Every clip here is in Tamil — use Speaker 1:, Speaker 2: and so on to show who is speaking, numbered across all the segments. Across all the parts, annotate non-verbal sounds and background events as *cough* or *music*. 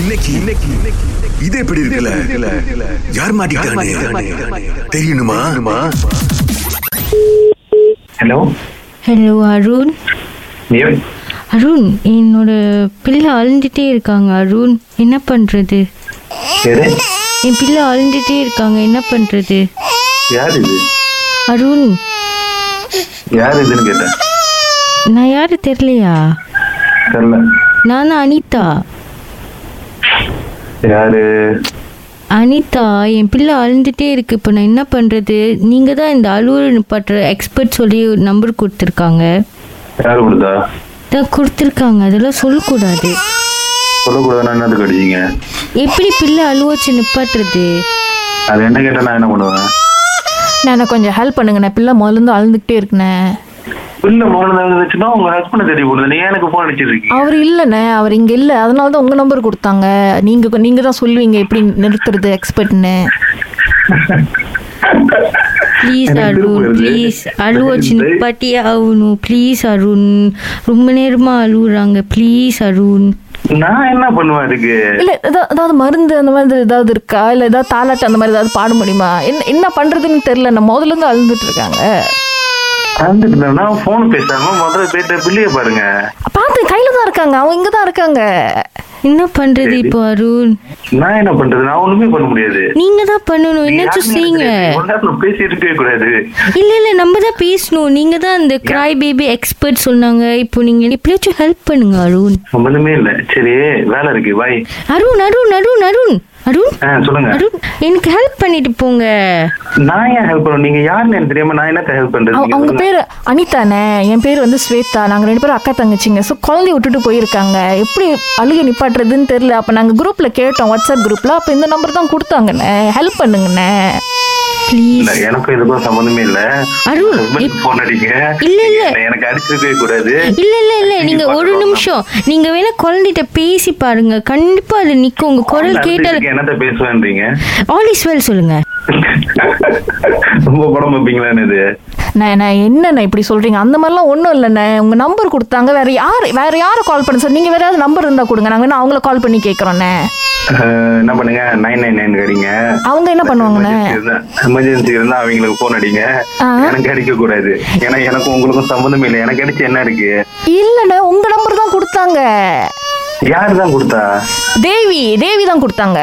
Speaker 1: இன்னைக்கு இன்னைக்கு இன்னைக்கு- இது எப்படி இருக்குல்ல யார் மாட்டிக்கிட்டானே தெரியணுமா
Speaker 2: ஹலோ
Speaker 3: ஹலோ அருண்
Speaker 2: எப்
Speaker 3: அருண் என்னோட பிள்ளை அழுந்துட்டே இருக்காங்க அருண் என்ன பண்ணுறது
Speaker 2: எது
Speaker 3: என் பிள்ளை அழுந்துட்டே இருக்காங்க என்ன பண்ணுறது
Speaker 2: யார் இது
Speaker 3: அருண்
Speaker 2: யார் இதுன்னு கேட்டேன்
Speaker 3: நான் யாரு தெரியலையா
Speaker 2: தெரில
Speaker 3: நான் தான் அனிதா
Speaker 2: யாரு
Speaker 3: அனிதா என் பிள்ளை அழுந்துட்டே இருக்கு இப்போ நான் என்ன பண்ணுறது நீங்கள் தான் இந்த அலுவல் பற்ற எக்ஸ்பர்ட் சொல்லி நம்பர் கொடுத்துருக்காங்க
Speaker 2: யார் கொடுத்தா
Speaker 3: தான் கொடுத்துருக்காங்க அதெல்லாம் சொல்லக்கூடாது
Speaker 2: சொல்லக்கூடாதுன்னா என்னத்துக்கு அடிச்சீங்க
Speaker 3: எப்படி பிள்ளை அழுவச்சு நிப்பாட்டுறது
Speaker 2: அது என்ன கேட்டால் நான் என்ன பண்ணுவேன்
Speaker 4: நான் எனக்கு கொஞ்சம் ஹெல்ப் பண்ணுங்கண்ணே பிள்ளை முதல்ல இருந்து அழுந்துகிட்டே இருக்கண்ணே
Speaker 2: இல்லை முதல்ல இருந்துச்சுன்னா உங்க ஹஸ்பண்டை தேடி போடுது நீ ஏன் எனக்கு ஃபோன் அடிச்சிட்டு இருக்கீங்க
Speaker 4: அவர் இல்லைண்ணே அவர் இங்கே இல்லை அதனால தான் உங்கள் நம்பர் கொடுத்தாங்க நீங்கள் நீங்கள் தான் சொல்லுவீங்க எப்படி நிறுத்துறது எக்ஸ்பர்ட்னு
Speaker 3: ப்ளீஸ்
Speaker 2: எனக்கு
Speaker 3: அருண்
Speaker 2: விருப்பம் இல்லை.
Speaker 3: ப்ளீஸ் அழுவச்சு
Speaker 2: தயவு-
Speaker 3: நிப்பாட்டியே ஆகணும் ப்ளீஸ் அருண் ரொம்ப நேரமாக அழுவுறாங்க ப்ளீஸ் அருண்
Speaker 2: நான் என்ன பண்ணுவேன் அதுக்கு
Speaker 4: இல்லை ஏதாவது மருந்து அந்த மாதிரி ஏதாவது இருக்கா இல்லை ஏதாவது தாலாட்டு அந்த மாதிரி ஏதாவது பாட முடியுமா என்ன என்ன பண்ணுறதுன்னு தெரில நான் முதல்ல இருந்து அழுந்துட்டு இருக்காங்க
Speaker 2: வந்துட்டுனா ஃபோன் பேசாம முதல்ல போயிட்டு பிள்ளைய பாருங்க
Speaker 4: பார்த்து கையில் தான் இருக்காங்க அவங்க இங்கே தான் இருக்காங்க
Speaker 3: என்ன பண்ணுறது இப்போ அருண்
Speaker 2: நான் என்ன பண்றது நான் ஒண்ணுமே பண்ண முடியாது
Speaker 3: நீங்கள் தான் பண்ணணும் என்னாச்சும்
Speaker 2: யாருமே
Speaker 3: செய்யுங்க
Speaker 2: கிடையாது. ஒரு நேரம் நான் பேசிட்டு இருக்கவே கூடாது
Speaker 3: இல்லை இல்லை நம்ம தான் பேசணும் நீங்கள் தான் அந்த கிராய் பேபி எக்ஸ்பர்ட் சொன்னாங்க இப்போ நீங்கள் எப்படியாச்சும் ஹெல்ப் பண்ணுங்க அருண்
Speaker 2: சம்பந்தமே இல்ல சரி வேலை இருக்கு பாய்
Speaker 3: அருண் அருண் அருண் அருண் அருண்
Speaker 2: ஆ சொல்லுங்க
Speaker 3: அருண் எனக்கு ஹெல்ப் பண்ணிட்டு போங்க
Speaker 2: நான் ஏன் ஹெல்ப் பண்ணுவேன் நீங்க யாருன்னு எனக்கு தெரியாம நான் என்னத்த ஹெல்ப் பண்றது
Speaker 4: அவ-
Speaker 2: நீங்க
Speaker 4: அவங்க
Speaker 2: சொல்லுங்க.
Speaker 4: பேர் அனிதாண்ணே என் பேர் வந்து ஸ்வேதா நாங்கள் ரெண்டு பேரும் அக்கா தங்கச்சிங்க ஸோ குழந்தைய விட்டுட்டு போயிருக்காங்க எப்படி அழுகை நிப்பாட்டுறதுன்னு தெரில அப்போ நாங்கள் குரூப்பில் கேட்டோம் வாட்ஸ்அப் குரூப்பில் அப்போ இந்த நம்பர் தான் கொடுத்தாங்கண்ணே ஹெல்ப் பண்ணுங்கண்ணே
Speaker 3: ப்ளீஸ்
Speaker 2: இல்ல எனக்கும் இதுக்கும் சம்பந்தமே இல்ல
Speaker 3: அருண்,
Speaker 2: ஹஸ்பண்ட்
Speaker 3: இப்-
Speaker 2: போன் அடிங்க
Speaker 3: இல்ல, இல்ல.
Speaker 2: நீங்க எனக்கு அடிச்சிருக்கவே கூடாது
Speaker 3: இல்ல இல்ல இல்ல நீங்க ஒரு நிமிஷம் நீங்க வேணா குழந்தைகிட்ட பேசி பாருங்க கண்டிப்பா அது நிக்கும் உங்க குரல் கேட்டால்
Speaker 2: அடிச்சிருக்கு, என்னத்த பேசுவேன்றீங்க
Speaker 3: ஆல் இஸ் வெல் சொல்லுங்க
Speaker 2: ரொம்ப படம் வைப்பீங்களான்னு இது
Speaker 4: நான் நான் என்னண்ணே இப்படி சொல்கிறீங்க அந்த மாதிரிலாம் ஒன்றும் இல்லைண்ணே உங்கள் நம்பர் கொடுத்தாங்க வேறு யார் வேறு யாரை கால் பண்ண சார் நீங்கள் வேறு ஏதாவது நம்பர் இருந்தால் கொடுங்க நாங்கள் வேணா அவங்கள கால் பண்ணி கேட்குறோண்ணே
Speaker 2: அஹ், என்ன பண்ணுங்க நைன் நைன் நைன் கடிங்க
Speaker 4: அவங்க என்ன பண்ணுவாங்கண்ணே
Speaker 2: எமர்ஜென்சி இருந்தா அவங்களுக்கு போன் அடிங்க
Speaker 4: ஆ.
Speaker 2: எனக்கு அடிக்க கூடாது ஏன்னா எனக்கும் உங்களுக்கும் சம்பந்தம் இல்லை எனக்கு அடிச்சு என்ன இருக்கு
Speaker 4: இல்லைண்ணே உங்கள் நம்பர் தான் கொடுத்தாங்க
Speaker 2: யாரு தான் கொடுத்தா
Speaker 4: தேவி தேவி தான் கொடுத்தாங்க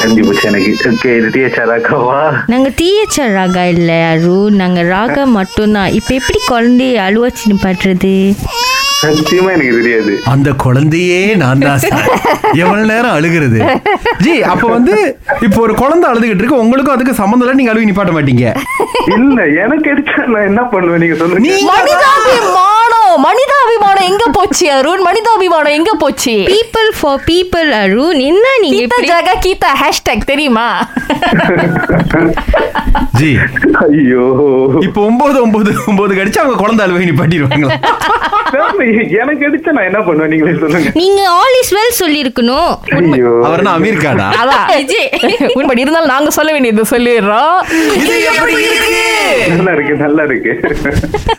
Speaker 2: கண்டி போச்சு எனக்கு ஓகே இது டிஎச்ஆர் அக்காவா
Speaker 3: நாங்க தீயச்சர் ராகா இல்ல அருண் நாங்க ராகா மட்டும்தான் இப்ப எப்படி குழந்தைய அழுவச்சு நிப்பாட்டுறது
Speaker 2: சத்தியமா எனக்கு தெரியாது
Speaker 5: அந்த குழந்தையே நான் தான் சார். எவ்வளவு நேரம் அழுகிறது ஜி அப்ப வந்து இப்போ ஒரு குழந்தை அழுதுகிட்டு இருக்கு உங்களுக்கும் அதுக்கு சம்மந்தம் இல்லை நீங்க அழுகி நிப்பாட்ட மாட்டீங்க
Speaker 2: இல்ல எனக்கு அடிச்சா நான் என்ன பண்ணுவேன் நீங்க சொல்லுங்க
Speaker 4: மனிதாபிமானம் மனிதாபிமானம் எங்க போச்சு அருண் மனிதாபிமானம் எங்க போச்சு
Speaker 3: பீப்புள் ஃபார் பீப்புள் அருண் என்ன நீங்க
Speaker 4: கீதா
Speaker 3: இப்படி
Speaker 4: ஜாகா கீதா ஹேஷ்டேக் தெரியுமா
Speaker 5: ஜி
Speaker 2: ஐயோ
Speaker 5: இப்போ ஒன்பது ஒன்பது ஒன்பது கடிச்சு அவங்க குழந்தை அழுகி நிப்பாட்டிடுவாங்களா
Speaker 2: சாமி, எனக்கு அடிச்சா நான் என்ன பண்ணுவேன் நீங்களே சொல்லுங்க
Speaker 3: நீங்க ஆல் இஸ் வெல் சொல்லியிருக்கணும்
Speaker 2: ஐயோ
Speaker 5: அவர் என்ன அமீர் கானா
Speaker 4: அதான் *laughs* உண்படி இருந்தாலும் நாங்க சொல்ல வேண்டியது சொல்லிடுறோம்
Speaker 2: நல்லா இருக்கு நல்லா இருக்கு